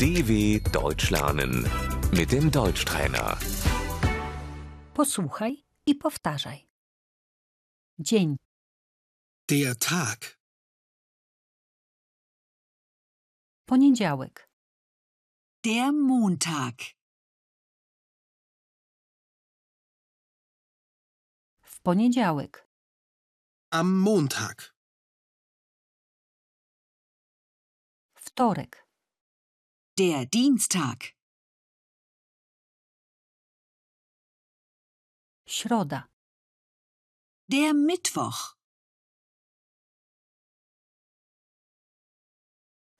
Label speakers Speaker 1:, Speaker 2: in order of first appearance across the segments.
Speaker 1: DW Deutsch lernen mit dem Deutschtrainer.
Speaker 2: Posłuchaj i powtarzaj. Dzień,
Speaker 3: Der Tag.
Speaker 2: poniedziałek,
Speaker 4: Der Montag.
Speaker 2: w poniedziałek,
Speaker 3: Am Montag.
Speaker 2: wtorek,
Speaker 4: Der Dienstag.
Speaker 2: środa,
Speaker 4: Der Mittwoch.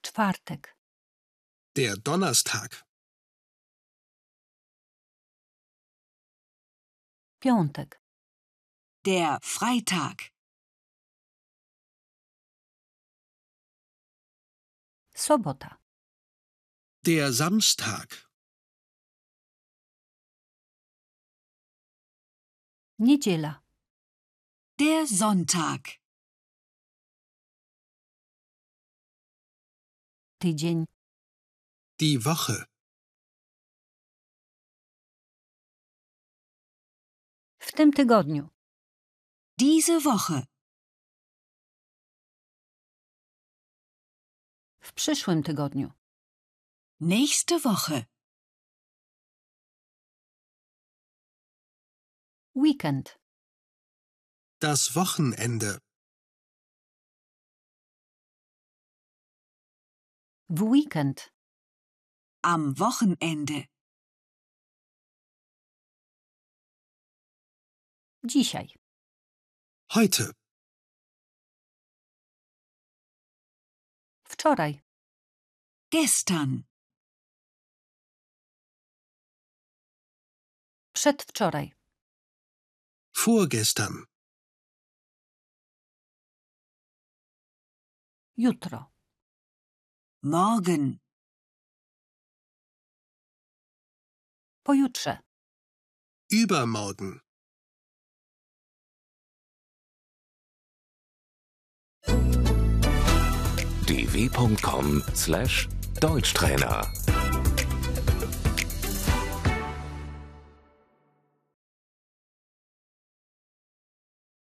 Speaker 2: czwartek,
Speaker 3: Der Donnerstag.
Speaker 2: piątek,
Speaker 4: Der Freitag.
Speaker 2: sobota,
Speaker 3: Der Samstag.
Speaker 2: niedziela,
Speaker 4: Der Sonntag.
Speaker 2: tydzień,
Speaker 3: Die Woche.
Speaker 2: w tym tygodniu,
Speaker 4: Diese Woche.
Speaker 2: w przyszłym tygodniu,
Speaker 4: Nächste Woche.
Speaker 2: weekend,
Speaker 3: Das Wochenende.
Speaker 2: w weekend,
Speaker 4: Am Wochenende.
Speaker 2: dzisiaj,
Speaker 3: Heute.
Speaker 2: wczoraj,
Speaker 4: Gestern.
Speaker 2: przedwczoraj,
Speaker 3: Vorgestern.
Speaker 2: jutro,
Speaker 4: Morgen.
Speaker 2: pojutrze,
Speaker 3: Übermorgen.
Speaker 1: dw.com/deutschtrainer